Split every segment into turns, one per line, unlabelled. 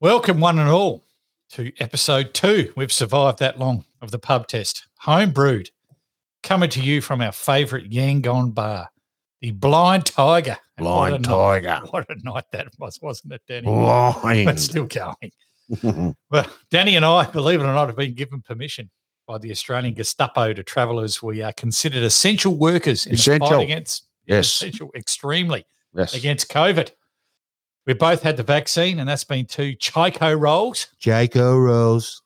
Welcome, one and all, to episode two. We've survived that long of the pub test. Homebrewed, coming to you from our favourite Yangon bar, the Blind Tiger. And what
Blind
a night-
Tiger.
what a night that was, wasn't it, Danny? But
Blind.
still going. Well, Danny and I, believe it or not, have been given permission by the Australian Gestapo to travel as we are considered essential workers in the
Essential.
fight against
yes.
essential extremely
Yes.
against COVID. We both had the vaccine, and that's been two Chico rolls
Jaco Rose.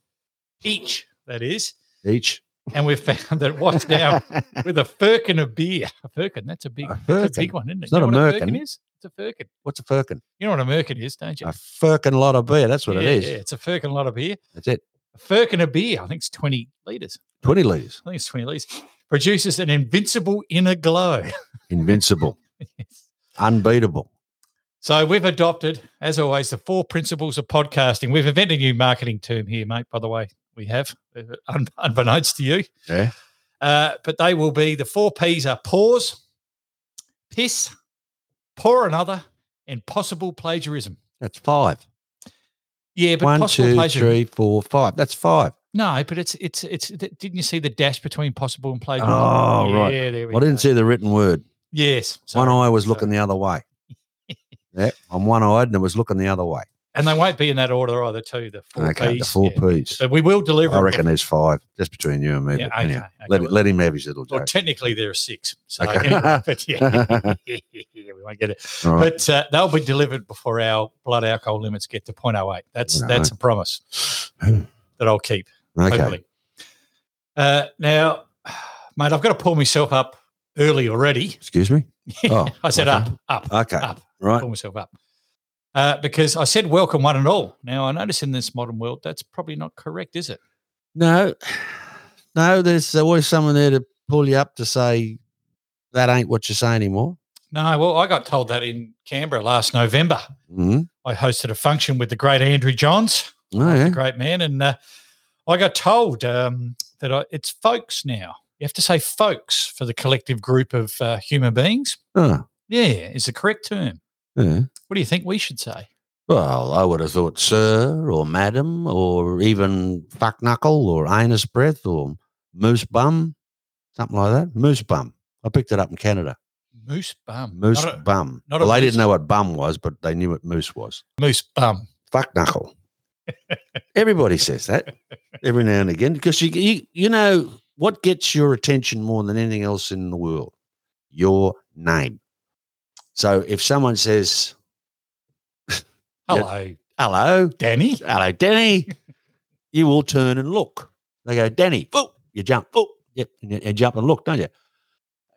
each, that is.
Each.
And we've found that what's now with a firkin of beer, a firkin, that's a big,
A
that's a
firkin?
big one, isn't it?
It's not
You know
a
what firkin
merkin.
is? It's a firkin.
What's a firkin?
You know what a merkin is, don't you?
A firkin lot of beer. That's what
Yeah,
it is.
Yeah, it's a firkin lot of beer.
That's it.
A firkin of beer, I think it's 20 litres.
20 litres.
I think it's 20 litres. Produces an invincible inner glow.
Invincible. Unbeatable.
So we've adopted, as always, the four principles of podcasting. We've invented a new marketing term here, mate. By the way, we have, uh, un- unbeknownst to you.
Yeah.
Uh, but they will be the four P's are pause, piss, pour another, and possible plagiarism.
That's five.
Yeah, but
One,
possible
two,
plagiarism.
three, four, five. That's five.
No, but it's it's it's. th- Didn't you see the dash between possible and plagiarism?
Oh, right.
Yeah, there we
I didn't
go.
see the written word.
Yes,
One
sorry.
eye was
Sorry.
looking the other way. yeah. I'm one eyed and it was looking the other way.
and they won't be in that order either. Too the four
okay.
P's.
The four
yeah.
P's.
But we will deliver.
I
it.
reckon there's five. That's between you and me.
Yeah,
but
okay,
anyhow,
okay.
let, let him have his little
Well,
joke.
technically there are six. So
Okay.
anyway, but yeah,
All
we won't get it.
right.
But uh, they'll be delivered before our blood alcohol limits get to 0.08. That's
Right.
that's a promise that I'll keep.
okay.
Hopefully. Uh, now, mate, I've got to pull myself up early already.
Excuse me. Oh,
I said
okay.
up, up,
Okay.
up.
Right.
Pull myself up. Uh, because I said welcome one and all. Now I notice in this modern world that's probably not correct, is it?
No, no, there's always someone there to pull you up to say that ain't what you say anymore.
No, well, I got told that in Canberra last November.
Mm-hmm.
I hosted a function with the great Andrew Johns.
Oh, yeah.
great man. And uh, I got told um, that I, it's folks now. You have to say folks for the collective group of uh, human beings.
Oh,
Yeah, is the correct term.
yeah.
What do you think we should say?
Well, I would have thought sir or madam or even fuck knuckle or anus breath or moose bum, something like that. Moose bum. I picked it up in Canada.
Moose bum.
Moose
Not a-
bum.
not a
well, they
moose.
didn't know what bum was, but they knew what moose was.
moose bum.
fuck knuckle. Everybody says that every now and again because you, you you know what gets your attention more than anything else in the world, your name. So if someone says Yeah.
Hello,
hello,
Danny.
hello, Denny, you will turn and look. They go, Denny, oh, you jump, oh, yep, and you, you jump and look, don't you?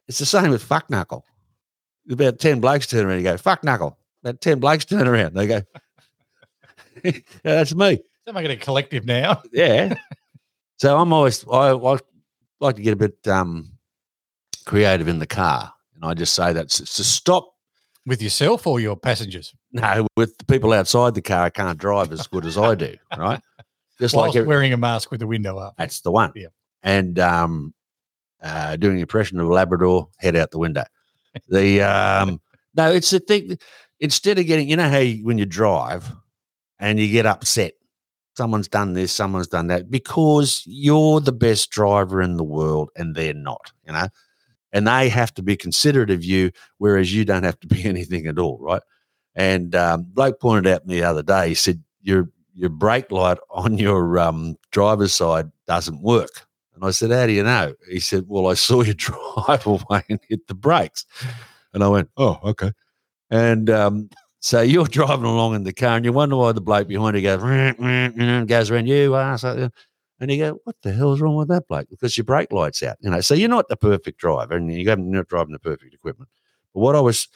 It's the same with fuck knuckle. About ten blokes turn around and go fuck knuckle. About ten blokes turn around, they go, "Yeah, that's me.
They're making a collective now.
Yeah. so I'm always I, I like to get a bit um creative in the car, and I just say that s- to stop.
With yourself or your passengers?
No, with the people outside the car, I can't drive as good as I do. Right? Just
Whilst
like every,
wearing a mask with the window up.
that's the one.
Yeah.
And um, uh, doing an impression of a Labrador, head out the window. The um, no, it's the thing. Instead of getting, you know how you, when you drive and you get upset, someone's done this, someone's done that, because you're the best driver in the world and they're not, you know, and they have to be considerate of you, whereas you don't have to be anything at all, right? And um, bloke pointed out the other day, he said, "Your your brake light on your um, driver's side doesn't work." And I said, "How do you know?" He said, "Well, I saw you drive away and hit the brakes." And I went, "Oh, okay." And um, so you're driving along in the car, and you wonder why the bloke behind you goes "Meow, meow, meow," goes around you are so. And you go, what the hell's wrong with that bloke? Because your brake light's out, you know. So you're not the perfect driver, and you haven't- you're not driving the perfect equipment. But what I was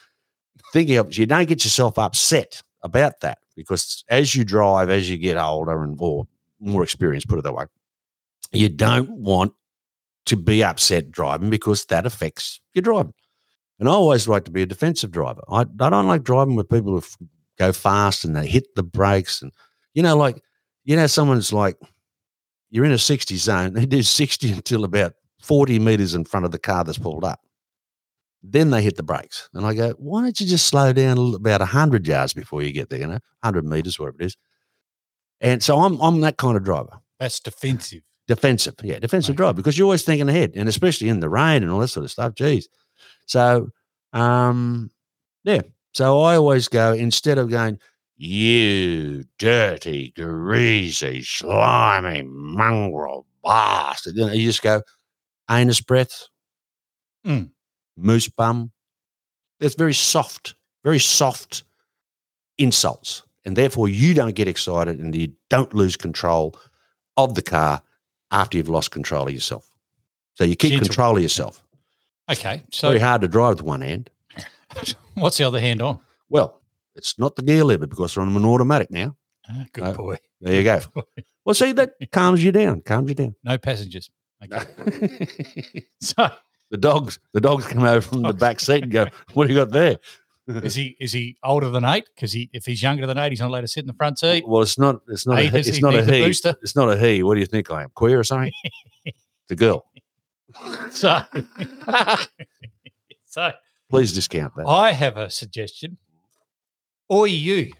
thinking of you don't get yourself upset about that because as you drive, as you get older and more more experience, put it that way, you don't want to be upset driving because that affects your driving. And I always like to be a defensive driver. I, I don't like driving with people who f- go fast and they hit the brakes and you know, like you know, someone's like you're in a 60 zone, they do 60 until about 40 meters in front of the car that's pulled up then they hit the brakes. And I go, why don't you just slow down a little- about 100 yards before you get there, you know, 100 meters, whatever it is. And so I'm I'm that kind of driver,
That's defensive.
defensive, yeah, defensive
Right.
driver, because you're always thinking ahead, and especially in the rain and all that sort of stuff. Geez, so um, yeah, so I always go instead of going, you dirty, greasy, slimy mongrel bastard. You, know, you just go anus breath,
Mm.
moose bum. That's very soft, very soft insults. And therefore, you don't get excited and you don't lose control of the car after you've lost control of yourself. So you keep
Gentle.
control of yourself.
Okay.
It's very
So
hard to drive with one hand.
what's the other hand on?
Well, it's not the gear lever because I'm an automatic now.
Ah, good
No.
boy.
There you go. Well, see, that calms you down. Calms you down.
No passengers. Okay.
the
so
dogs, the dogs come over from the back seat and go, "What do you got there?"
is he is he older than eight? Because he if he's younger than eight, he's not allowed to sit in the front seat.
Well, it's not. It's not.
Hey,
A, he-
does
it's
he
not a
need the
he.
booster?
It's not a he. What do you think I am? Queer or something? the girl.
So so
Please discount that.
I have a suggestion. Or you.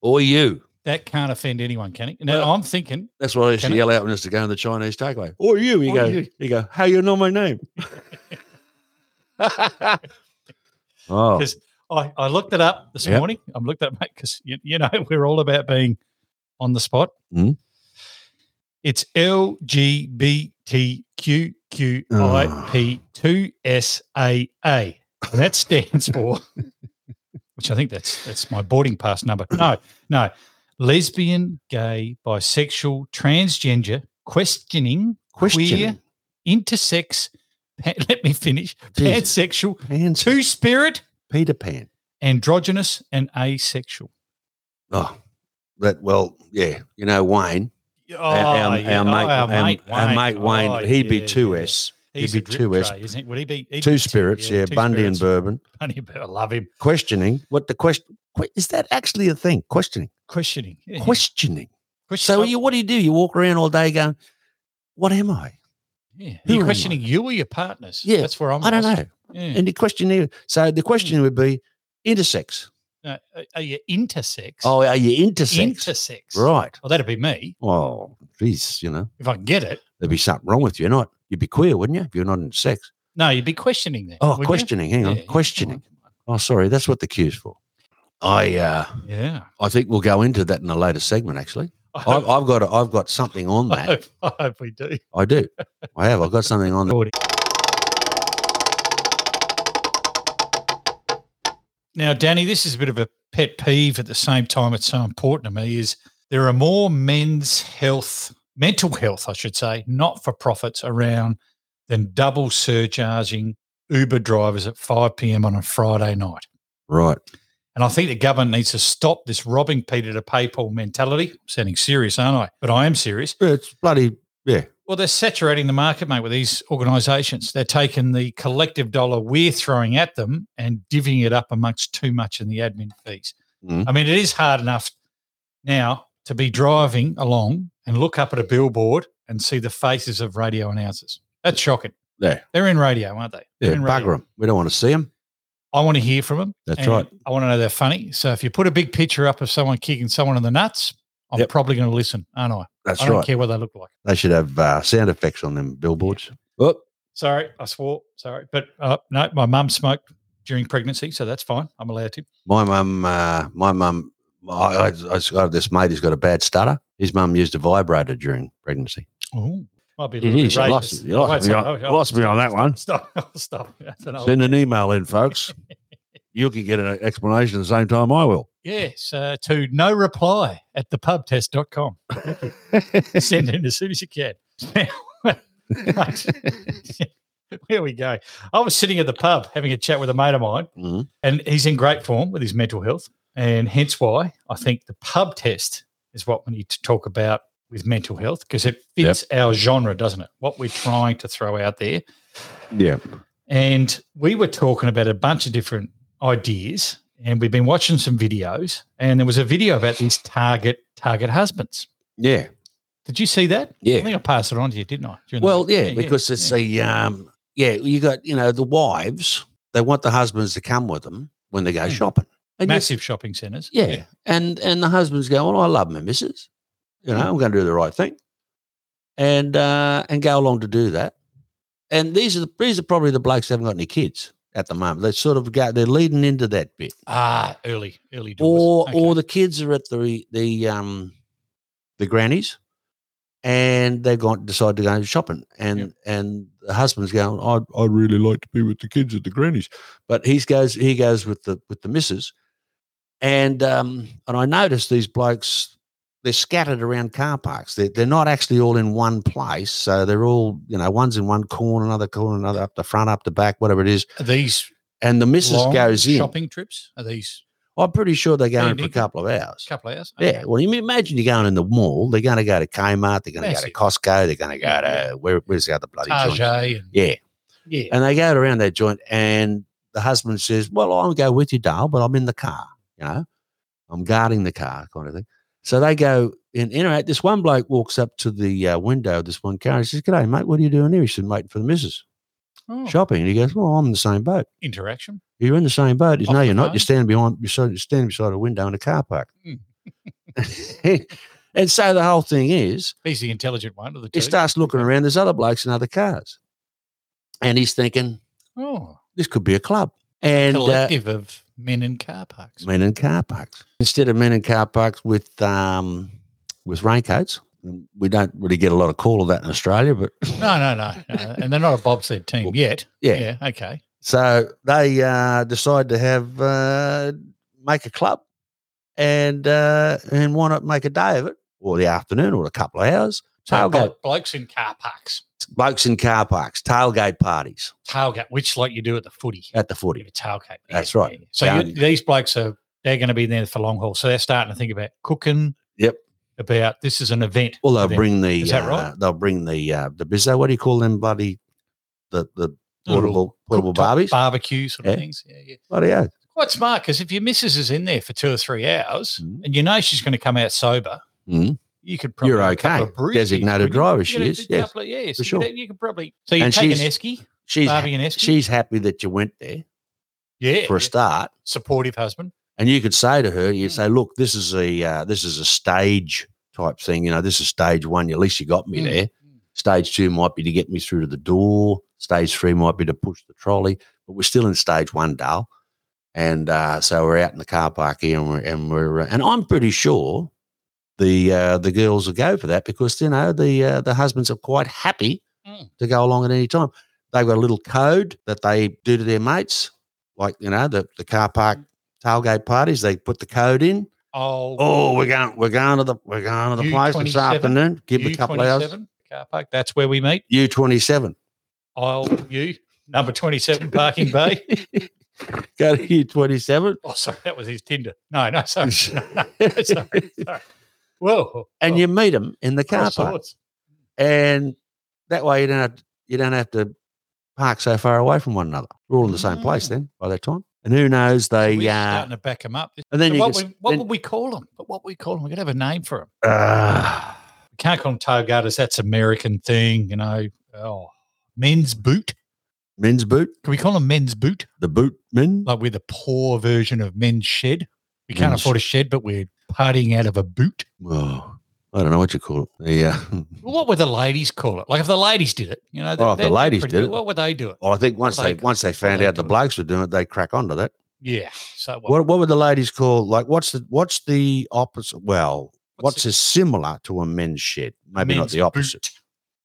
Or you.
That can't offend anyone, can it? Now
Well,
I'm thinking
That's what I used
Can I-
to yell out when I used to go in the Chinese takeaway. Or you. You
Or
go. You.
you.
go. How you know my name? oh,
because I, I looked it up this
Yep.
morning. I'm looked up because you, you know we're all about being on the spot.
Mm.
It's LGBTQQIP2SAA. And that stands for, which I think that's that's my boarding pass number. No, no, lesbian, gay, bisexual, transgender, questioning, queer,
Questioning.
intersex. Pan, let me finish.
Jesus.
Pansexual,
Pants.
two spirit,
Peter Pan.
androgynous, and asexual.
Oh, that well, yeah. You know Wayne,
Oh,
our, our,
yeah.
our mate,
Oh,
our, our mate Wayne.
Oh,
he'd be
yeah,
two
yeah.
S,
He's
He'd
a
be
drip
two S-
tray, isn't he? Would he be he'd
two
be
spirits, yeah,
two
Bundy
spirits.
and Bourbon.
Bundy, but I love him.
Questioning what the question que- is that actually a thing? Questioning,
Questioning. Yeah.
questioning.
Question-
So you, what do you do? You walk around all day going, "What am I?
yeah.
who
you're
am I?
questioning you or your partners.
Yeah,
that's where I'm.
I don't
lost. Hmm.
know."
Yeah.
And the question is, so the question would be intersex.
No, are- are you intersex?
Oh, are you intersex?
intersex.
right.
Well, that'd be me
Well, geez, you know,
if I can get it.
there'd be something wrong with you. You're Not you'd be queer, wouldn't you? If you're not intersex.
No, you'd be questioning then.
Oh,
wouldn't you?
questioning. Hang
Yeah,
on,
yeah, come on.
questioning. Oh, sorry, that's what the cue's for. I uh,
Yeah.
I think we'll go into that in a later segment. Actually,
I
I've,
hope,
I've got a, I've got something on
I
that.
hope, I hope we do.
I do. I have. I've got something on that.
Recording. Now, Danny, this is a bit of a pet peeve at the same time it's so important to me is there are more men's health, mental health, I should say, not for profits around than double surcharging Uber drivers at 5 p.m. on a Friday night.
Right.
And I think the government needs to stop this robbing Peter to pay Paul mentality. I'm sounding serious, aren't I? But I am serious.
Yeah, It's bloody. Yeah.
Well, they're saturating the market, mate, with these organisations. They're taking the collective dollar we're throwing at them and divvying it up amongst too much in the admin fees.
Mm.
I mean, it is hard enough now to be driving along and look up at a billboard and see the faces of radio announcers. That's shocking.
Yeah.
They're in radio, aren't they?
Yeah.
They're in radio.
Bugger 'em. We don't want to see them.
I want to hear from them.
That's
and
right.
I want to know they're funny. So if you put a big picture up of someone kicking someone in the nuts, I'm
Yep.
probably going to listen, aren't I?
That's
I don't
right.
care what they look like.
They should have uh, sound effects on them billboards. Oh,
Sorry, I swore. Sorry, but uh, no, my mum smoked during pregnancy, so that's fine. I'm allowed to.
my mum. Uh, my mum. I, I, I just got this mate who's got a bad stutter. His mum used a vibrator during pregnancy.
Oh, might be a
You
little bit
lost,
racist.
you lost,
Wait,
me
sorry,
on,
oh, oh,
lost me on that one.
Stop! I'll Stop! That's an old-
Send an email in, folks. you can get an explanation at the same time I will.
Yes, uh, to no reply at thepubtest.com.
Mm-hmm.
Send in as soon as you can. Here we go. I was sitting at the pub having a chat with a mate of mine.
Mhm.
and he's in great form with his mental health, and hence why I think the pub test is what we need to talk about with mental health because it
Yep.
fits our genre, doesn't it? What we're trying to throw out there,
Yeah.
and we were talking about a bunch of different ideas, and we've been watching some videos, and there was a video about these target target husbands.
Yeah.
Did you see that? I
Yeah.
think I passed it on to you, didn't I? during the
Well,
week?
yeah, because it's
yeah.
the um yeah, you got, you know, the wives, they want the husbands to come with them when they go
Mm.
shopping. And you-
Massive shopping centres.
Hmm. yeah. And and the husband's going, I love my missus. You know, I'm going to do the right thing. And uh and go along to do that. And these are the these are probably the blokes that haven't got any kids at the moment. They sort of go they're leading into that bit.
Ah, early, early doors.
Or
Okay.
or the kids are at the the um the grannies and they've gone decide to go shopping. And
Yep.
and the husband's going, I'd I'd really like to be with the kids at the grannies. But he goes he goes with the with the missus. And um and I noticed these blokes they're scattered around car parks. They're, they're not actually all in one place. So they're all, you know, one's in one corner, another corner, another up the front, up the back, whatever it is.
Are these
And the missus
long
goes in.
shopping trips? Are these
I'm pretty sure they go in for a
Evening.
couple of hours.
a couple of hours?
Yeah. Well, you mean- imagine you're going in the mall. They're going to go to Kmart. They're going to go to
Massive.
Costco. They're going to go
Yeah,
to where, where's the other bloody joint?
Target and
Yeah.
yeah.
And they go around that joint, and the husband says, "Well, I'll go with you, Dale, but I'm in the car. You know, I'm guarding the car, kind of thing." So they go and interact. This one bloke walks up to the uh, window of this one car. He says, "G'day, mate. What are you doing here?" He said, "Waiting for the missus
Oh,
shopping." And he goes, "Well, I'm in the same boat.
interaction.
You're in the same boat." He says,
Off
"No,
the
you're not.
phone?
You're standing behind. You're so- you're standing beside a window in a car park."
Hmm.
and so the whole thing is,
He's the intelligent one of the two.
he starts looking around. There's other blokes in other cars, and he's thinking
oh,
this could be a club. And uh,
collective of men in car parks.
men in car parks instead of men in car parks with um with raincoats. We don't really get a lot of call of that in Australia, but
No, no, no, no. And they're not a bobsled team yet.
yeah.
Yeah. Okay.
So they uh, decide to have uh, make a club, and uh, and why not make a day of it, or the afternoon, or a couple of hours
So
tailgate.
blokes in car parks.
Blokes in car parks, tailgate parties
Tailgate, which like you do at the footy.
at the footy.
Give a tailgate.
That's right.
So you-
Down-
these blokes are they're going to be there for long haul. So they're starting to think about cooking.
Yep.
About this is an event.
Well,
for
they'll
them.
bring the
Is that
uh,
right?
they'll bring the uh, the bizzo. What do you call them, buddy? The the
Little
portable portable
cooktop
barbies.
barbecue sort
Yeah.
of things. Yeah, yeah.
Bloody hell.
Quite smart because if your missus is in there for two or three hours
Mhm.
and you know she's going to come out sober,
Mhm.
you could probably
You're
have a couple
okay.
of brews, you could
Designated
bring-
driver,
you
she
know,
is.
a
Yes,
couple of- yes,
for
you could-
sure.
You could probably so you
And
take an
she's-
esky,
she's ha-
Barbie and esky.
she's happy that you went there
yeah,
for a
yeah.
start,
supportive husband.
and you could say to her, you
Mm.
say, "Look, this is a uh, this is a stage type thing. You know, this is stage one. At least you got me
Mm.
there. Stage two might be to get me through to the door. Stage three might be to push the trolley. But we're still in stage one, Dale. And uh, so we're out in the car park here, and we're and we're uh, and I'm pretty sure the uh, the girls will go for that because you know the uh, the husbands are quite happy
Mm.
to go along at any time. They've got a little code that they do to their mates, like you know the the car park tailgate parties. They put the code in.
Oh,
Oh, we're going we're going to the we're going to the place this
U27?
afternoon. Give me a couple of hours.
U27 car park. That's where we meet.
U twenty seven.
I'll you number twenty-seven parking bay.
Go to U twenty seven.
Oh, sorry, that was his Tinder. No, no, sorry. No, no, sorry, sorry. Whoa,
and you meet them in the car
all
park,
sorts.
and that way you don't have to, you don't have to park so far away from one another. We're all in the
Mm.
same place then by that time, and who knows
So
they
we're
uh,
starting to back him up.
and then
So
you
what
can,
we, what
then-
would we call him? But what we call him? We could have a name for him.
uh,
We can't call him tailgaters. That's American thing, you know. Oh, men's boot.
men's boot,
Can we call him men's boot?
the boot men.
Like we're the poor version of men's shed. We can't
Men's-
afford a shed, but we're partying out of a boot.
Well, I don't know what you call it. The, uh,
Well, what would the ladies call it? Like if the ladies did it, you know.
Oh, if the
they'd be
ladies
pretty
did
good.
it.
What would they do it?
well, I think once they
Like-
once they found
they
out the
do it.
blokes were doing it, they crack onto that.
Yeah. So what?
What what would the ladies call like? What's the what's the opposite? Well,
What's
what's, is similar to a men's shed? Maybe not
Men's
the opposite.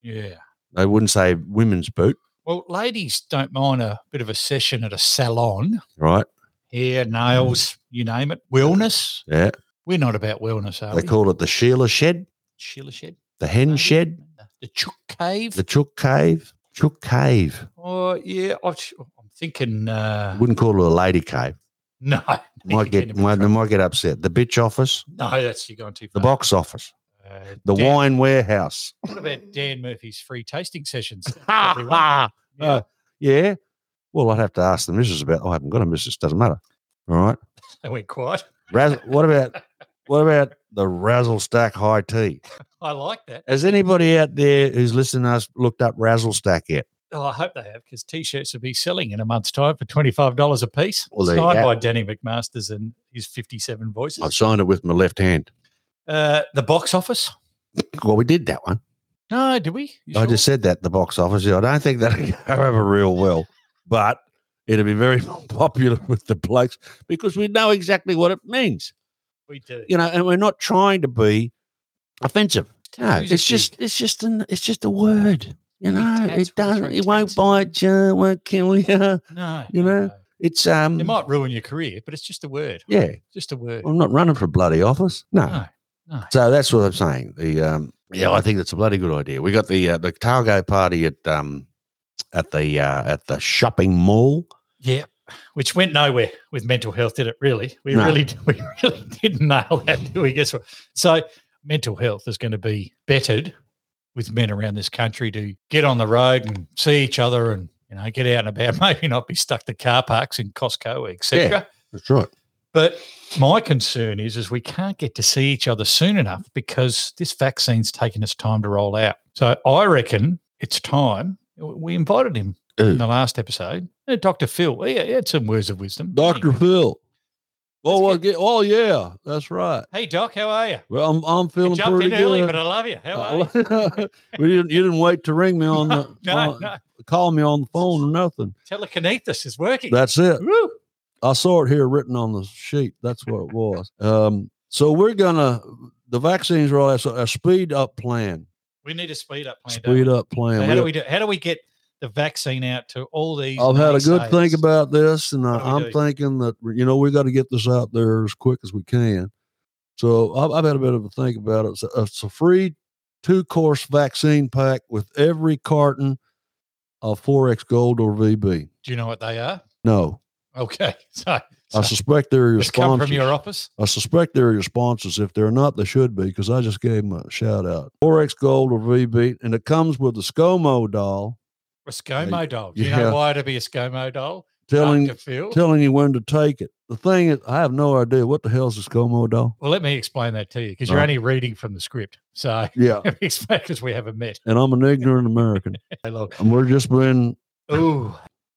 yeah.
They wouldn't say women's boot,
Well, ladies don't mind a bit of a session at a salon.
right?
Hair,
Mm.
nails, you name it. Wellness.
Yeah.
We're not about wellness, are
They
we?
call it the Sheila Shed,
Sheila shed.
the Hen
maybe?
Shed,
The Chook Cave.
the Chook Cave. Chook Cave.
oh, yeah. I, sh- I'm thinking, uh,
Wouldn't call it a lady cave.
no.
Might
You
get
can't
might,
even
they
try-
might get upset. The bitch office,
No, that's you're going too
the
far.
box office,
Uh,
the
Dan-
wine warehouse.
What about Dan Murphy's free tasting sessions?
Ha
Everyone?
ha.
Yeah.
Uh, Yeah. Well, I'd have to ask the missus about. "Oh, I haven't got a missus. Doesn't matter. All right.
They went quiet.
Raz- what about what about the Razzle Stack High Tea?
I like that.
Has anybody out there who's listening to us looked up Razzle Stack yet?
Well, Oh, I hope they have because t-shirts will be selling in a month's time for twenty-five dollars a piece,
Well, there you
signed
go.
by Danny McMasters and his fifty-seven
I've
voices.
signed it with my left hand.
Uh, the box office?
Well, we did that one.
No, did we? You
I
sure?
just said that at the box office. I don't think that'll go over real well, but it'll be very popular with the blokes because we know exactly what it means,
we did.
you know. And we're not trying to be offensive. No,
Who's a
it's just it's just an it's just a word, you know.
tax
It doesn't.
free
It won't
tax.
bite you. Won't kill you.
No,
you know,
no.
It's um.
it might ruin your career, but it's just a word.
Yeah,
Just a word.
I'm not running for bloody office. No.
No, no.
So that's what I'm saying. The um, yeah, I think that's a bloody good idea. We got the uh, the tailgate party at um, at the uh, at the shopping mall.
Yeah, which went nowhere with mental health, did it? Really, we
No.
really, we really didn't nail that. Do we guess what? So, mental health is going to be bettered with men around this country to get on the road and see each other, and you know, get out and about. Maybe not be stuck to car parks in Costco, etc.
Yeah. That's right.
But my concern is, is we can't get to see each other soon enough because this vaccine's taken us time to roll out. So I reckon it's time. We invited him
Who?
in the last episode. Uh, Dr. Phil, he, he had some words of wisdom.
Doctor Phil.
Let's
Oh, I get, oh yeah, that's right.
Hey, Doc, how are you?
Well, I'm I'm
You
feeling
jumped
pretty
in early, but
good.
I love you. How are you?
Uh, well, you, didn't, you didn't wait to ring me on the
No,
phone-
no.
call me on the phone or nothing.
Telekinesis is working.
That's it.
Woo.
I saw it here written on the sheet. That's what it was. Um, so we're gonna the vaccines are all that's a speed up plan.
We need a speed up plan.
Speed up plan.
So how
We-
do we do? How do we get the vaccine out to all these?
I've had a good
naysayers?
think about this, and I,
What do we
I'm
do?
thinking that you know we got to get this out there as quick as we can. So I've, I've had a bit of a think about it. It's a, it's a free two course vaccine pack with every carton of 4X Gold or VB.
Do you know what they are?
No,
Okay, so,
I
so
suspect they're your
it's come
sponsors.
from your office.
I suspect they're your sponsors. If they're not, they should be because I just gave them a shout out. 4X Gold or VB, and it comes with the ScoMo doll
A ScoMo doll. Do you
yeah.
know why it'd be a ScoMo doll?
telling
Dr. Phil.
telling you when to take it. The thing is, I have no idea what the hell's a ScoMo doll.
well, let me explain that to you because you're
Right.
only reading from the script. So
Yeah,
explain because we haven't met.
and I'm an ignorant American,
Hey, look.
and we're just being
Ooh,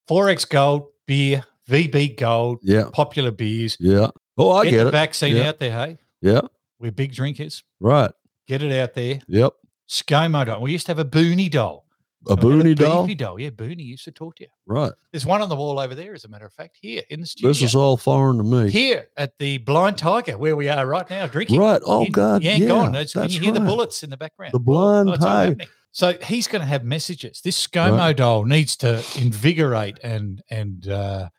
Forex Gold beer, VB Gold,
yeah,
popular beers.
yeah. Oh, I
the
get it.
vaccine
Yeah.
out there. Hey,
Yeah,
we're big drinkers.
right.
Get it out there.
Yep,
ScoMo doll. We used to have a Booney doll. We
a
had
boonie doll.
beefy doll. Yeah, Booney used to talk to you.
Right.
There's one on the wall over there, as a matter of fact, here in the studio.
This is all foreign to me.
here at the Blind Tiger, where we are right now, drinking.
Right. Oh
You-
God.
Yeah,
Yeah.
gone. That's,
That's
can you hear the
right.
bullets in the background? Oh,
The blind
it's all
tiger.
happening. So he's going to have messages. This ScoMo doll needs to invigorate and and uh,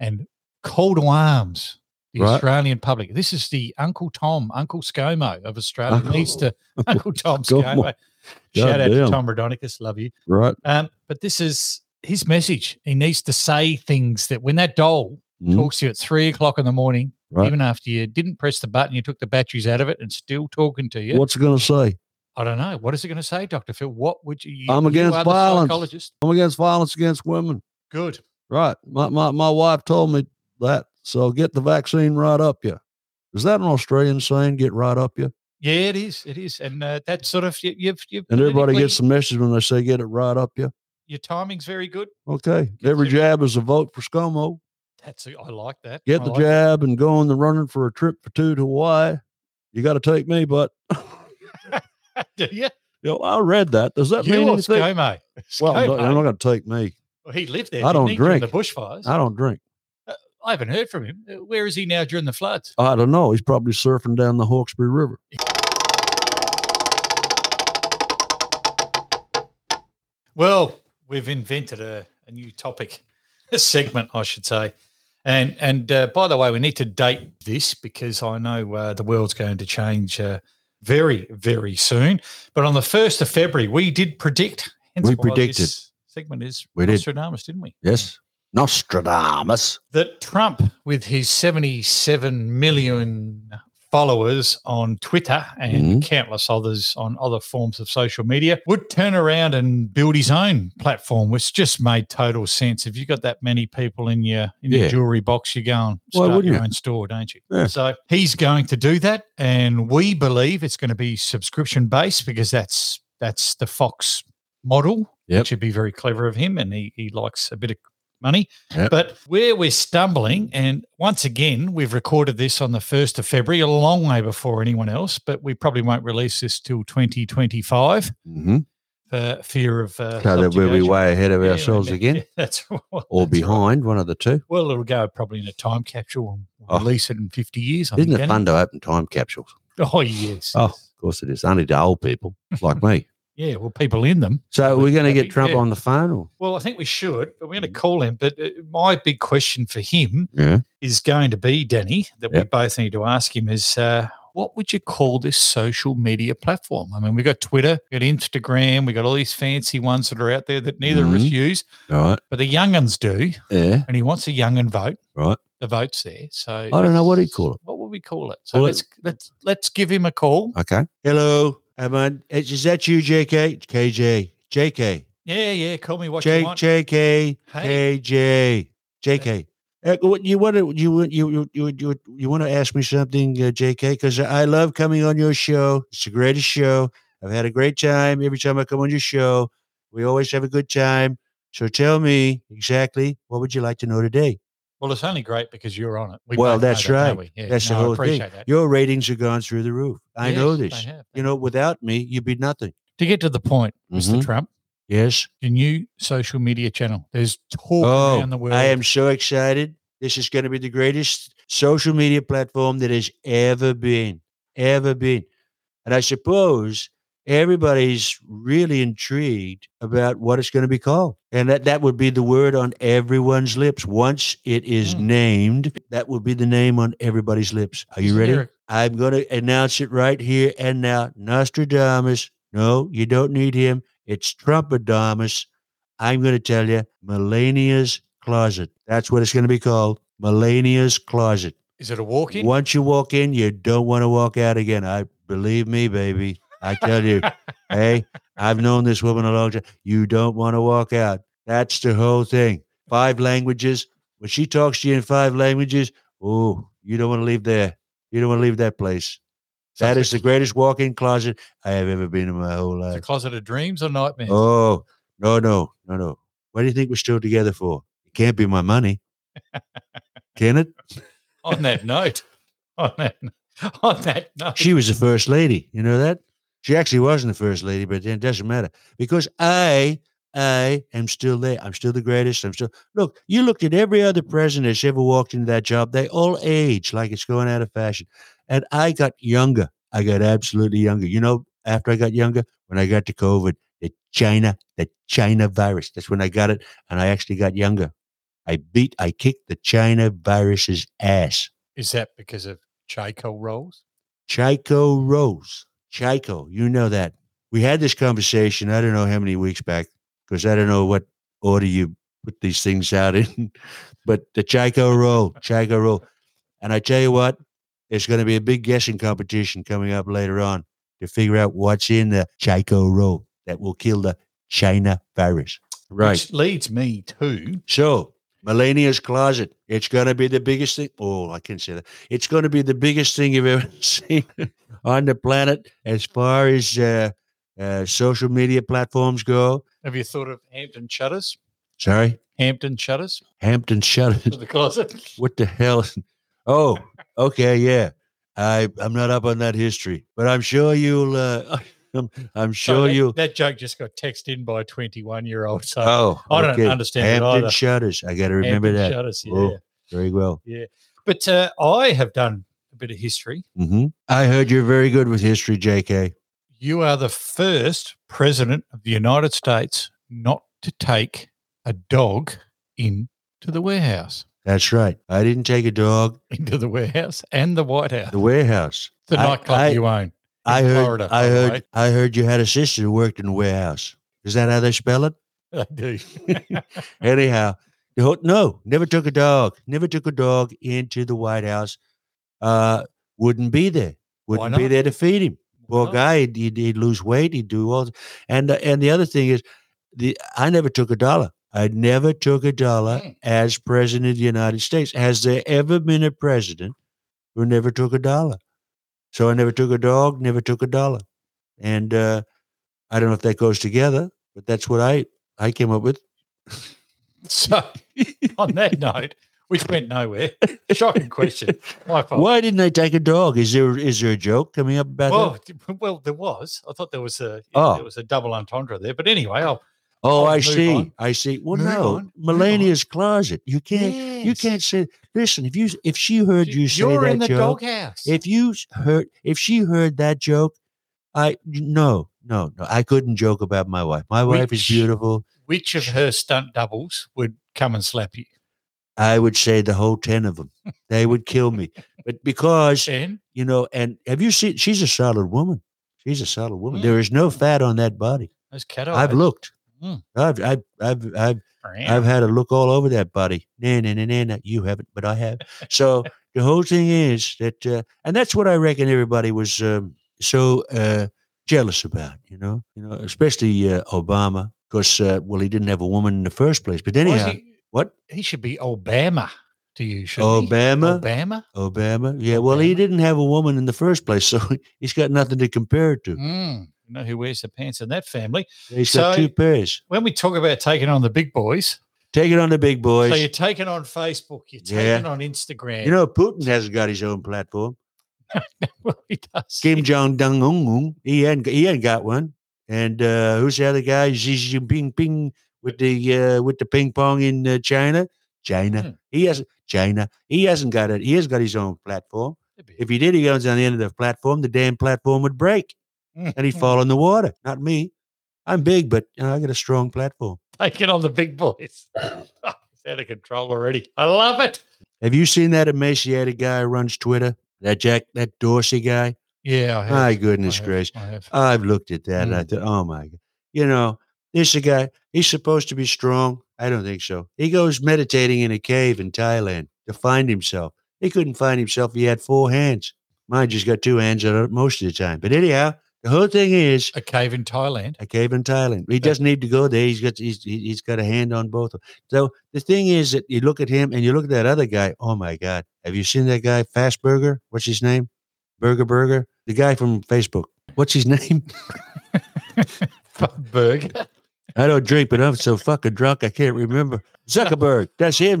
and call to arms the
Right.
Australian public. This is the Uncle Tom, Uncle ScoMo of Australia
Uncle-
needs to Uncle Tom
Scomo.
ScoMo. Shout out to
Goddamn.
Tom Rodonicus, love you.
Right.
Um, but this is his message. He needs to say things that when that doll
Mm,
talks to you at three o'clock in the morning,
Right.
even after you didn't press the button, you took the batteries out of it and still talking to you.
What's it gonna say?
I don't know. What is it going to say, Dr. Phil? What would you? you-
I'm
you
against
are the
violence.
Psychologist.
I'm against violence against women.
Good.
Right. My, my my wife told me that. So get the vaccine right up you. Is that an Australian saying? Get right up you.
Yeah, it is. It is. And uh, that sort of, you, you've, you've,
And everybody gets the
politically,
message when they say get it right up you.
your timing's very good.
Okay. Every jab is a vote for ScoMo.
That's, I like that.
Get
I
the
like that.
jab and go on the running for a trip for two to Hawaii. You got to take me, but
Do you?
you know, I read that. Does that
you
mean
or
anything?
ScoMo?
Well, I'm not,
ScoMo.
I'm not going to take me.
Well, he lived there.
I
didn't
don't
he, during
drink.
The bushfires. I,
I don't drink.
haven't heard from him. Uh, Where is he now during the floods?
I don't know. He's probably surfing down the Hawkesbury River.
Well, we've invented a, a new topic, a segment, I should say. And and uh, by the way, we need to date this because I know uh, the world's going to change uh, very very soon. But on the first of February, we did predict. hence
We
why
predicted.
this Segment is
We did.
Nostradamus, didn't we?
Yes. Nostradamus.
That Trump, with his 77 million followers on Twitter and countless others on other forms of social media, would turn around and build his own platform, which just made total sense. If you got that many people in your in your
Yeah.
jewelry box, you go and
Why
start
wouldn't
your
you?
own store, don't you?
Yeah.
So he's going to do that, and we believe it's going to be subscription based because that's that's the Fox model
Yep.
which would be very clever of him. And he, he likes a bit of money.
Yep.
But where we're stumbling, and once again, we've recorded this on the 1st of February, a long way before anyone else, but we probably won't release this till 2025
Mm-hmm.
for fear of. Uh,
So that we'll be
subjugation.
way ahead of
Yeah,
ourselves
yeah,
again,
yeah, that's right.
or behind one of the two.
Well, it'll go probably in a time capsule and
Oh.
release it in 50 years. I
Isn't
think,
it
Andy.
fun to open time capsules?
Oh, yes.
Oh. Of course, it is. Only to old people like me.
Yeah, well, people in them.
So we're going to get Trump
Yeah.
on the phone, or
Well, I think we should, but we're going to call him. But uh, my big question for him
Mm. yeah,
is going to be, Danny, that we
Yep.
both need to ask him is uh, what would you call this social media platform? I mean, we've got Twitter, we've got Instagram, we've got all these fancy ones that are out there that neither of us
Mhm.
use,
all right,
but the young'uns do.
yeah,
And he wants a young'un vote.
right.
The vote's there. So
I don't know what he'd call it.
What would we call it? So
Well,
let's, let's let's give him a call.
Okay. Hello, am I? Is that you, JK? KJ, JK,
Yeah, yeah. Call me what you
Jake,
want.
JK,
Hey.
KJ, JK. Uh, what you want to you want- you you you you, you want to ask me something, uh, JK? Because I love coming on your show. It's the greatest show. I've had a great time every time I come on your show. We always have a good time. So tell me exactly what would you like to know today?
Well, it's only great because you're on it. We
Well,
both know
that's
that, don't
right.
we? Yeah,
That's the
no, I
whole thing.
appreciate that.
Your ratings have gone through the roof. I
Yes,
know
they
this.
have.
You know, without me, you'd be nothing.
To get to the point, Mr.
Mhm.
Trump,
Yes.
your new social media channel. There's talk
Oh,
around the world.
I am so excited. This is going to be the greatest social media platform that has ever been, ever been. And I suppose everybody's really intrigued about what it's going to be called. And that, that would be the word on everyone's lips. Once it is
Mm.
named, that will be the name on everybody's lips. Are you
Isn't
ready?
there
I'm going to announce it right here and now. Nostradamus. No, you don't need him. It's Trumpadamus. I'm going to tell you Melania's Closet. That's what it's going to be called. Melania's Closet.
a- Is it a walk in?
Once you walk in, you don't want to walk out again. I believe me, baby. I tell you, hey, I've known this woman a long time. You don't want to walk out. That's the whole thing. Five languages. When she talks to you in five languages, oh, you don't want to leave there. You don't want to leave that place. That is the greatest walk-in closet I have ever been in my whole
The
life.
closet of dreams or nightmares?
Oh no, no, no, no! What do you think we're still together for? It can't be my money, can it?
On that note, on that, on that note,
She was the first lady. You know that? She actually wasn't the first lady, but it doesn't matter because I, I am still there. I'm still the greatest. I'm still. Look, you looked at every other president that's ever walked into that job. They all age like it's going out of fashion, and I got younger. I got absolutely younger. You know, after I got younger, when I got to COVID, the China, the China virus. That's when I got it, and I actually got younger. I beat, I kicked the China virus's ass.
is that because of charcoal rolls?
Chico Rose. Chico, you know that. We had this conversation, I don't know how many weeks back, because I don't know what order you put these things out in, but the Chico roll, Chico roll. And I tell you what, it's going to be a big guessing competition coming up later on to figure out what's in the Chico roll that will kill the China virus.
Which leads me to
So, Melania's closet. It's going to be the biggest thing. Oh, I can say that. It's going to be the biggest thing you've ever seen on the planet as far as uh, uh, social media platforms go.
have you thought of Hampton Shutters?
Sorry,
Hampton Shutters
Hampton
for
Shutters.
the closet?
What the hell? Oh, okay, yeah. I I'm not up on that history, but I'm sure you'll. Uh, I'm,
So
I'm sure
that,
you.
That joke just got texted in by a 21 year old. So
Oh,
I don't
okay.
understand it
Hampton
either.
Shutters. I got to remember
Hampton
that
Shutters, yeah.
Oh. very well.
But uh, I have done a bit of history.
hmm I heard you're very good with history, J.K.
you are the first president of the United States not to take a dog into the warehouse,
That's right. I didn't take a dog.
into the warehouse and the White House,
The warehouse.
the
I-
nightclub
I-
you own.
I
In
heard.
Florida, by
I
the
heard.
way.
I heard you had a sister who worked in the warehouse. Is that how they spell it?
I do.
Anyhow, the whole, no, never took a dog. Never took a dog into the White House. Uh, wouldn't be there.
Why
Wouldn't be
not?
there to feed him. Poor
not?
guy. He'd, he'd, he'd lose weight. He'd do all. And uh, and the other thing is, the I never took a dollar. I never took a dollar
Mm.
as president of the United States. Has there ever been a president who never took a dollar? So I never took a dog, never took a dollar. And uh, I don't know if that goes together, but that's what I they came up with.
So, on that note, which went nowhere, shocking question. My fault.
Why didn't they take a dog? Is there is there a joke coming up about
Well,
that?
d- well, there was. I thought there was a
Oh.
there was a double entendre there, but anyway, I'll
Oh,
I'll
I
move
see.
on.
I see. Well,
Move
no,
on, move on.
Melania's closet. You can't. You
Yes.
can't say. Listen, if you if she heard you say
You're
that
in the
joke,
doghouse.
if you s- heard if she heard that joke, I no no no. I couldn't joke about my wife. My wife is
Which-
beautiful.
Which of her stunt doubles would come and slap you?
I would say the whole ten of them. They would kill me. But because
And
you know, and have you seen? She's a solid woman. She's a solid woman.
Mm.
There is no fat on that body.
those cat eyes.
I've looked.
Mm.
I've I've I've I've
Meow.
I've had a look all over that body. Nah, nah, nah, nah, nah. You haven't, but I have. So the whole thing is that, uh, and that's what I reckon everybody was um, so uh, jealous about. You know, you know, especially uh, Obama, because uh, well, he didn't have a woman in the first place. But
Why is
anyhow,
he,
what
he should be Obama to you, shouldn't he?
Obama?
Obama?
Obama. Yeah, well, he
Obama.
didn't have a woman in the first place, so he's got nothing to compare it to.
Mm. You know who wears the pants in that family?
He's got
So-
two pairs.
When we talk about taking on the big boys,
Take it on the big
so
boys.
you're taking on Facebook, you're
Yeah.
taking on Instagram.
You know, Putin hasn't got his own platform.
Well, he does.
Kim Jong Dong Un Un. He hadn't he hadn't got one. And uh, who's the other guy? Xi Jinping Ping with the uh, with the ping pong in uh, China. China.
Hmm.
He hasn't China. He hasn't got it. He has got his own platform. If he did, he goes on the end of the platform. The damn platform would break,
Mm.
and he'd fall in the water. Not me. I'm big, but you know, I got a strong platform.
taking on the big boys. it's out of control already. I love it.
Have you seen that emaciated guy who runs Twitter? That Jack, that Dorsey guy.
Yeah, I have.
My
I
goodness Uh,
have,
gracious.
I have.
I've looked at that and I thought, oh my God, you know, this a guy, he's supposed to be strong. I don't think so. He goes meditating in a cave in Thailand to find himself. He couldn't find himself. He had four hands. Mine just got two hands on it most of the time. But anyhow, the whole thing is
A cave in Thailand.
a cave in Thailand. He doesn't need to go there. He's got he's, he- he's got a hand on both. of 'em. So the thing is that you look at him and you look at that other guy. Oh my God, have you seen that guy Fastburger? What's his name? Burger Burger, the guy from Facebook. What's his name?
Burger.
I don't drink, but I'm so fucking drunk I can't remember. Zuckerberg. That's him,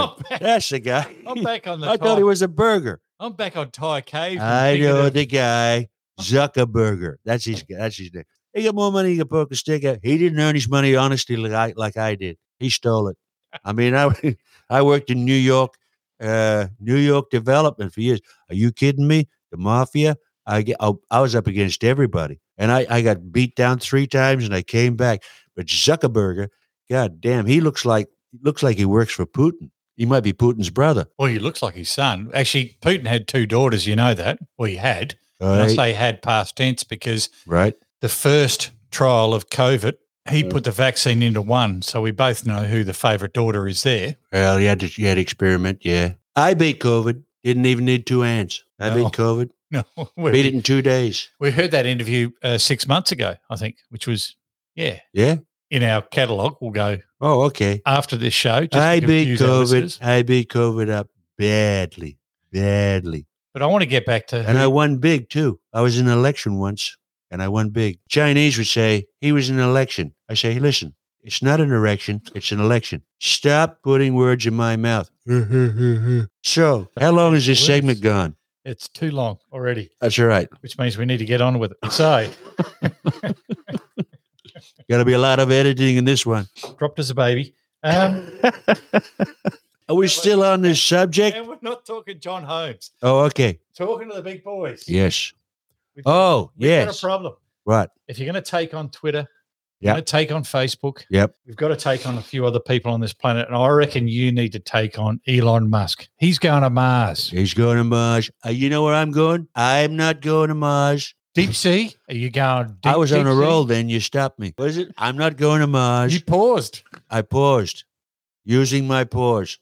I'm back,
That's the guy.
I'm back on the
I thought
Thai.
he was a burger.
I'm back on Thai cave. and
I
thinking
know
of-
the guy, Zuckerberger. That's his. That's his name. He got more money. He could poke a stick at. He didn't earn his money honestly like I like I did. He stole it. I mean, I I worked in New York, uh, New York development for years. Are you kidding me? The mafia. I get. I, I was up against everybody, and I I got beat down three times, and I came back. But Zuckerberger, god damn, he looks like looks like he works for Putin. He might be Putin's brother.
Well, he looks like his son. Actually, Putin had two daughters. You know that. Well, he had. And I
Right.
say had past tense because
right.
the first trial of COVID, he put the vaccine into one. So we both know who the favourite daughter is there.
Well, you had to you had to experiment, yeah. I beat COVID. Didn't even need two hands. I
No.
beat COVID.
No, we,
Beat it in two days.
we heard that interview uh, six months ago, I think, which was, yeah,
Yeah.
in our catalogue. We'll go
Oh, okay.
after this show. just to
I beat
confuse our
COVID.
listeners.
I beat COVID up badly, badly,
But I want to get back to
and I
who-
won big too. I was in an election once, and I won big. Chinese would say he was in an election. I say, listen, it's not an erection. It's an election. Stop putting words in my mouth. so, how long is this
Words.
segment gone?
it's too long already,
That's all right.
which means we need to get on with it. So,
Got to be a lot of editing in this one.
dropped as a baby. Um,
Are we still on this subject?
and we're not talking John Holmes,
Oh, okay.
talking to the big boys.
Yes.
We've-
Oh,
we've got a
yes.
problem.
Right.
If you're going to take on Twitter,
Yep.
you're going to take on Facebook.
Yep.
We've got to take on a few other people on this planet. And I reckon you need to take on Elon Musk. He's going to Mars.
He's going to Mars. Uh, you know where I'm going? I'm not going to Mars.
Deep sea? Are you going deep
I was on
deep
a
sea?
roll then. You stopped me. Was it? I'm not going to Mars.
You paused.
I paused, using my pause.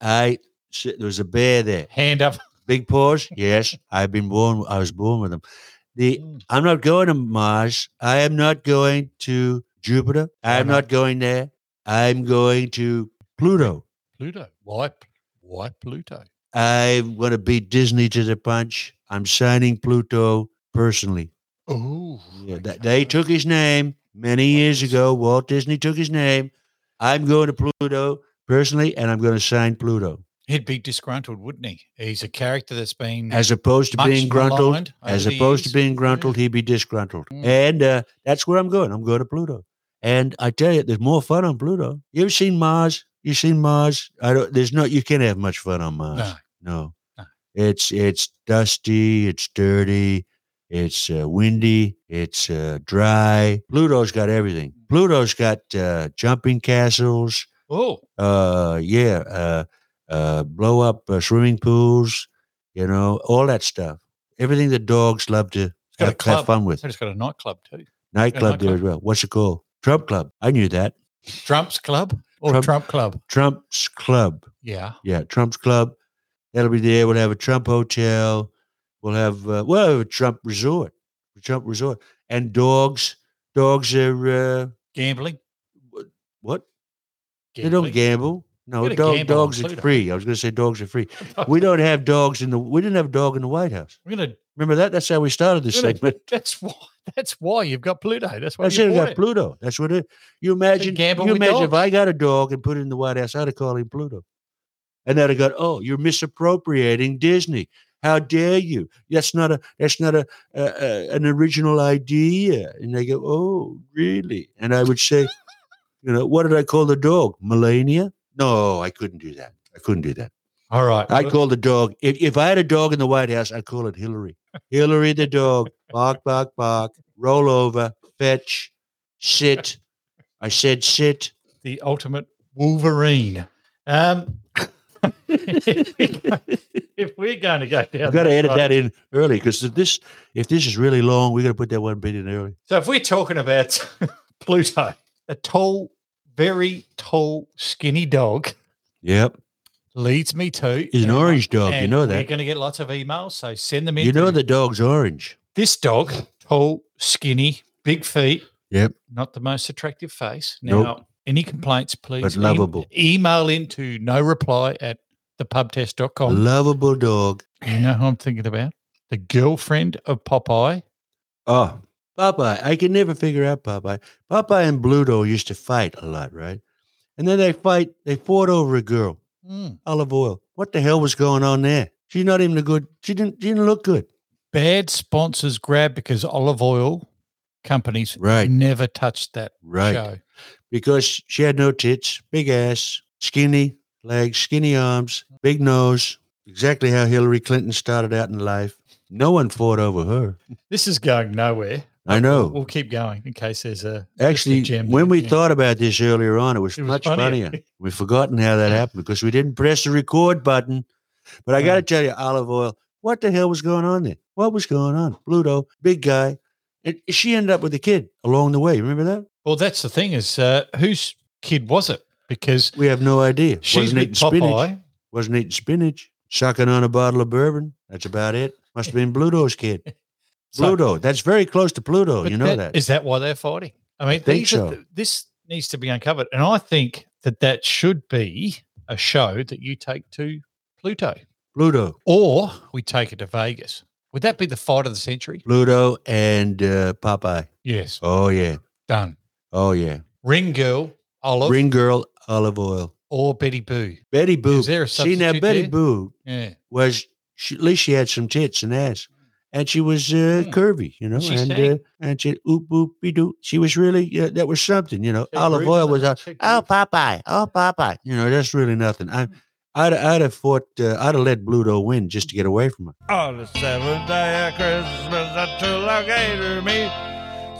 I s- there was a bear there.
Hand up.
Big paws. Yes, I've been born. I was born with them. The
Mm.
I'm not going to Mars. I am not going to Jupiter. I'm
no.
not going there. I'm going to Pluto.
Pluto. Why? Why Pluto?
I want to beat Disney to the punch. I'm signing Pluto personally.
Oh,
Yeah, th- they took his name. Many years ago, Walt Disney took his name. I'm going to Pluto personally, and I'm going to sign Pluto.
He'd be disgruntled, wouldn't he? He's a character that's been
As opposed to
much
being gruntled,
maligned over
as
the
opposed to
years.
being gruntled, he'd be disgruntled.
Mm.
And uh, that's where I'm going. I'm going to Pluto. And I tell you, there's more fun on Pluto. You've seen Mars. You've seen Mars. I don't. There's no. You can't have much fun on Mars.
No.
No.
No.
It's it's dusty, it's dirty, it's uh, windy, it's uh, dry. Pluto's got everything.
Mm.
Pluto's got uh, jumping castles,
Oh,
uh yeah, uh uh blow up uh, swimming pools, you know, all that stuff. Everything that dogs love to
got a
have, have
club.
fun with.
so it's got a nightclub too.
Nightclub there
nightclub.
as well. What's it called? Trump Club. I knew that.
Trump's Club or
Trump-
Trump, Club?
Trump's Club.
Yeah.
Yeah, Trump's Club. That'll be there. We'll have a Trump hotel. We'll have uh, well have a Trump resort, a Trump resort, and dogs. Dogs are uh,
Gambling.
what? They don't gamble. No,
Gotta
dog,
gamble on
dogs are
Pluto.
free. I was going to say dogs are free. We don't have dogs in the. We didn't have a dog in the White House.
We're gonna.
Remember that? That's how we started this
Really?
segment.
That's why. That's why you've got Pluto. That's why
That's
you
it. We
bought
got
it.
Pluto. That's what it. You imagine?
gamble
You
with
imagine if
dogs.
I got a dog and put it in the White House, I'd have called him Pluto, and I'd have got, "Oh, you're misappropriating Disney. How dare you? That's not a. That's not a, a, a an original idea." And they go, "Oh, really?" And I would say, "You know, what did I call the dog? Melania? No, I couldn't do that. I couldn't do that."
All right.
I'd
well,
call the dog. If, if I had a dog in the White House, I'd call it Hillary. Hillary the dog. Bark, bark, bark. Roll over. Fetch. Sit. I said sit.
the ultimate Wolverine. Um, if we're going to go down,
I've got to
that
edit
road-
that in early because if this if this is really long, we got to put that one bit in early.
So if we're talking about Pluto, a tall, very tall, skinny dog
Yep.
leads me to
He's an
and-
orange dog. You
and
know
We're
that.
going to get lots of emails, so send them in.
You know
to-
the dog's orange.
this dog, tall, skinny, big feet.
Yep.
Not the most attractive face. Now,
Nope.
any complaints, please em-
lovable.
email in to no reply at thepubtest.com.
Lovable dog.
You know who I'm thinking about? The girlfriend of Popeye.
Oh. Popeye. I can never figure out Popeye. Popeye and Bluto used to fight a lot, right? And then they fight, they fought over a girl.
Mm.
olive oil. What the hell was going on there? She's not even a good. She didn't. She didn't look good.
Bad sponsors grab because olive oil companies
Right.
never touched that
Right.
show.
Because she had no tits, big ass, skinny legs, skinny arms, big nose. Exactly how Hillary Clinton started out in life. No one fought over her.
This is going nowhere.
I know.
We'll keep going in case there's a
Actually,
gem
when
there,
we
yeah.
thought about this earlier on, it was,
It was
much
funnier.
funnier. We've forgotten how that happened because we didn't press the record button. But I got to
Right.
tell you, olive oil, what the hell was going on there? What was going on? Pluto, big guy. And she ended up with a kid along the way. Remember that?
Well, that's the thing is uh, whose kid was it? Because
We have no idea.
she's
Wasn't
with
eating spinach.
Popeye.
Wasn't eating spinach. Sucking on a bottle of bourbon. That's about it. Must have been Pluto's kid.
So-
Pluto. That's very close to Pluto.
But
You know that.
Is that why they're fighting? I mean,
think
these are
so.
th- this needs to be uncovered, and I think that that should be a show that you take to Pluto,
Pluto.
or we take it to Vegas. Would that be the fight of the century?
Pluto and uh, Popeye.
Yes,
Oh, yeah.
done.
Oh, yeah.
Ring girl, Olive,
Ring girl, olive oil.
or Betty Boo.
Betty Boop.
Is there a
See, now,
substitute
Betty
there?
Boo
Yeah,
was she, at least she had some tits and ass, and she was uh,
Hmm.
curvy, you know,
she
and
sang?
uh, and she oop oopy doo. She was really uh, that was something, you know.
She
olive
grooved
oil
on
was
it.
out.
She
Oh
grooved.
Popeye, oh Popeye, you know that's really nothing. I,
Hmm.
I'd I'd have fought. Uh, I'd have let Bluto win just to get away from her.
On the seventh day of Christmas, I took a gator meat.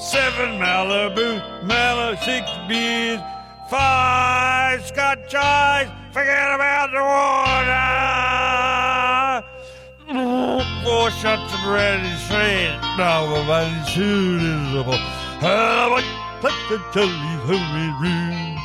Seven Malibu, Malibu, six beers, five Scotch eyes. Forget about the water. Four shots of red and straight. Now my body's suitable. How I put the telly's homemade room.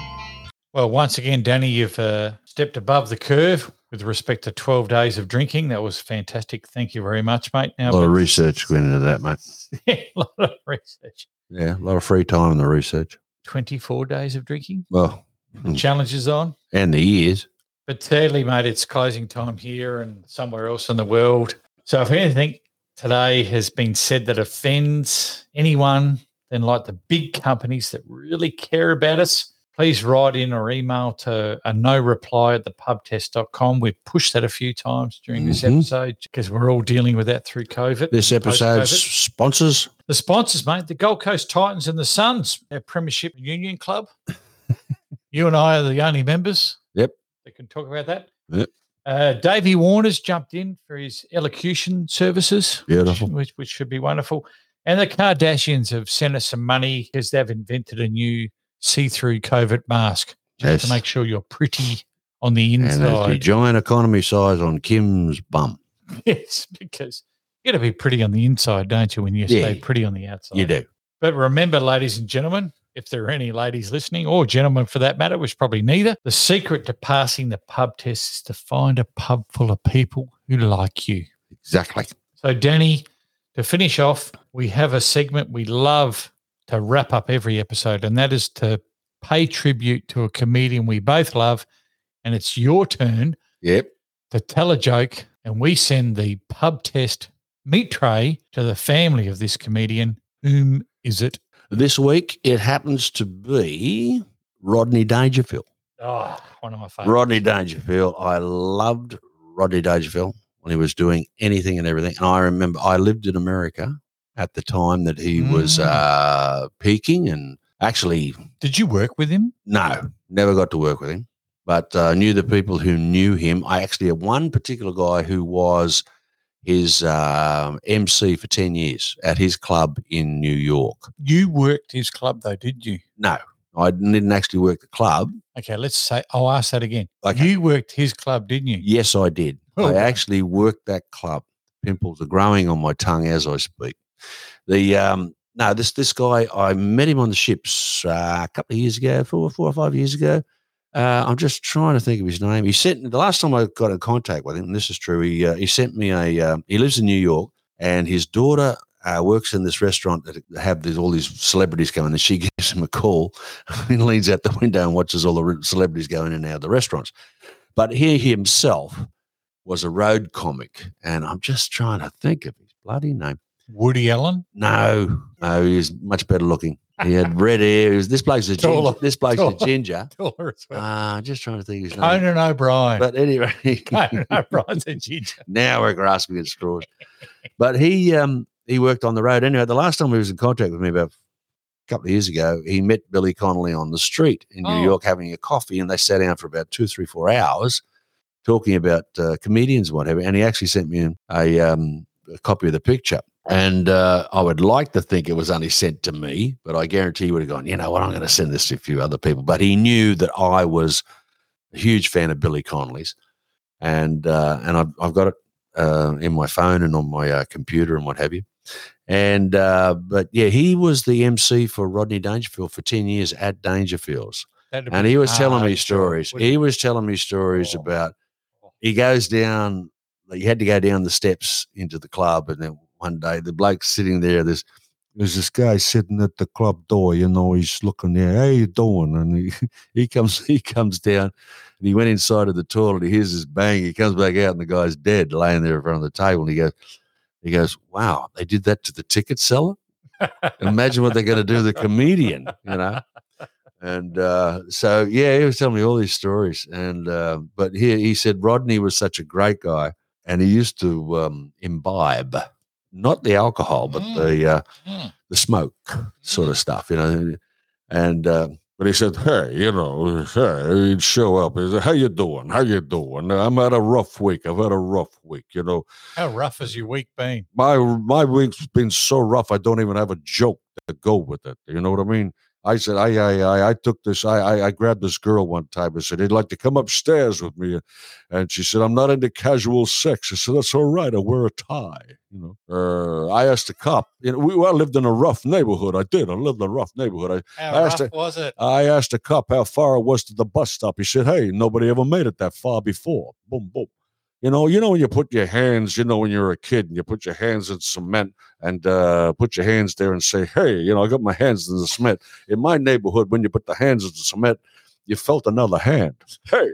Well, once again, Danny, you've uh, stepped above the curve with respect to 12 days of drinking. That was fantastic. Thank you very much, mate. Now,
research went into that, mate.
a lot of research.
Yeah, a lot of free time in the research.
24 days of drinking.
Well,
The
Mm.
challenge is on.
and the years.
But sadly, mate, it's closing time here and somewhere else in the world. So if anything today has been said that offends anyone, then like the big companies that really care about us, please write in or email to a no reply at thepubtest.com. We've pushed that a few times during this
Mhm.
episode because we're all dealing with that through COVID.
This
and
episode's
post-COVID.
sponsors.
The sponsors, mate, the Gold Coast Titans and the Suns, our Premiership Union Club. you and I are the only members.
Yep.
That can talk about that.
Yep.
Uh, Davey Warner's jumped in for his elocution services,
Beautiful.
which, which should be wonderful. And the Kardashians have sent us some money because they've invented a new see through COVID mask just
Yes.
to make sure you're pretty on the
And there's the
inside.
giant economy size on Kim's bum.
yes, because you got to be pretty on the inside, don't you, when you
Yeah.
stay pretty on the outside?
You do.
But remember, ladies and gentlemen, if there are any ladies listening, or gentlemen for that matter, which probably neither, the secret to passing the pub test is to find a pub full of people who like you.
Exactly.
So, Danny, to finish off, we have a segment we love to wrap up every episode, and that is to pay tribute to a comedian we both love. And it's your turn
Yep.
to tell a joke, and we send the pub test meat tray to the family of this comedian. Whom is it?
This week it happens to be Rodney Dangerfield.
Oh, one of my favorites.
Rodney Dangerfield. I loved Rodney Dangerfield when he was doing anything and everything. And I remember I lived in America at the time that he was
Mm.
uh, peaking and actually,
Did you work with him?
no, never got to work with him, but uh, knew the people who knew him. I actually had one particular guy who was his um, MC for 10 years at his club in New York.
You worked his club though, did you?
No, I didn't actually work the club.
Okay, let's say I'll ask that again.
Okay.
You worked his club, didn't you?
Yes, I did.
Oh,
I
wow.
actually worked that club. Pimples are growing on my tongue as I speak. The um, no, this this guy, I met him on the ships uh, a couple of years ago, four, four or five years ago. Uh, I'm just trying to think of his name. He sent the last time I got in contact with him. And this is true. He uh, he sent me a. Um, he lives in New York, and his daughter uh, works in this restaurant that have these, all these celebrities coming. And she gives him a call and leans out the window and watches all the re- celebrities go in and out of the restaurants. But he himself was a road comic, and I'm just trying to think of his bloody name.
Woody Allen.
No, no, he was much better looking. He had red hair. He was, this bloke's a ginger.
Taller.
This bloke's
Taller.
a ginger.
Taller as well.
Ah, I'm just trying to think of his name.
Conan O'Brien.
But anyway,
Conan O'Brien's a ginger.
now we're grasping at straws. But he um he worked on the road anyway. The last time he was in contact with me about a couple of years ago, he met Billy Connolly on the street in New
Oh.
York having a coffee, and they sat down for about two, three, four hours talking about uh, comedians and whatever. And he actually sent me a um a copy of the picture. And uh, I would like to think it was only sent to me, but I guarantee he would have gone, you know what, I'm going to send this to a few other people. But he knew that I was a huge fan of Billy Connolly's. And uh, and I've, I've got it uh, in my phone and on my uh, computer and what have you. And uh, but yeah, he was the MC for Rodney Dangerfield for ten years at Dangerfields,
That'd
and
be
he was telling
hard
me
job,
stories.
wouldn't
He
it?
was telling me stories
Oh.
about he goes down. He had to go down the steps into the club, and then one day the bloke's sitting there. This there's this guy sitting at the club door. You know, he's looking there. How you doing? And he, he comes he comes down, and he went inside of the toilet. He hears this bang. He comes back out, and the guy's dead, laying there in front of the table. And he goes, he goes, wow, they did that to the ticket seller. Imagine what they're going to do to the comedian, you know. And uh, so, yeah, he was telling me all these stories. And uh, but he he said Rodney was such a great guy, and he used to um, imbibe not the alcohol, but
Mm.
the uh,
Mm.
the smoke sort of stuff, you know. And uh, but he said, "Hey, you know, hey, he'd show up. He said, "How you doing? How you doing? I'm had a rough week. I've had a rough week, you know."
How rough has your week been?
my my week's been so rough I don't even have a joke to go with it. You know what I mean? I said I I I, I took this I, I I grabbed this girl one time and said he'd like to come upstairs with me, and she said I'm not into casual sex. I said that's all right. I wear a tie. You know. Uh, I asked the cop. You know, we I lived in a rough neighborhood. I did. I lived in a rough neighborhood. I
How
I
rough
asked
was it?
I asked the cop how far it was to the bus stop. He said, "Hey, nobody ever made it that far before." Boom, boom. You know, you know when you put your hands, you know when you're a kid and you put your hands in cement and uh, put your hands there and say, "Hey, you know, I got my hands in the cement." In my neighborhood, when you put the hands in the cement, you felt another hand. Hey,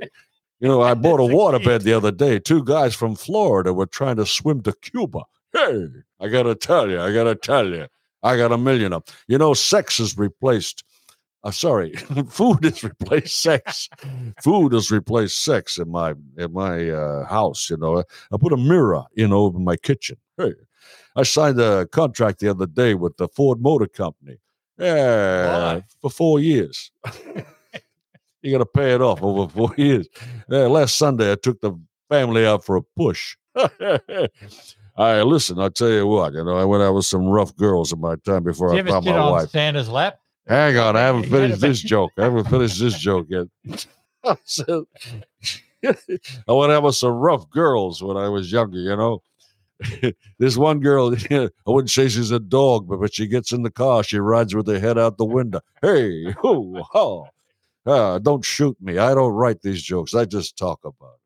you know, I bought a
As a
waterbed the other day. Two guys from Florida were trying to swim to Cuba. Hey, I gotta tell you, I gotta tell you. I got a million up. You know, sex is replaced. Uh, sorry, food has replaced sex. food has replaced sex in my in my uh, house. You know, I put a mirror in over my kitchen. Hey, I signed a contract the other day with the Ford Motor Company. Yeah,
Why?
for four years. you got to pay it off over four years. Yeah, last Sunday, I took the family out for a push. I listen. I tell you what, you know, I went out with some rough girls in my time before
Did you
I
ever
found
sit
my
on
wife.
Santa's lap?
Hang on, I haven't
You gotta
finished
be-
this joke. I haven't finished this joke yet. I said- I went out with some rough girls when I was younger, you know. this one girl, I wouldn't say she's a dog, but when she gets in the car, she rides with her head out the window. Hey, hoo, ha. Ah, don't shoot me. I don't write these jokes. I just talk about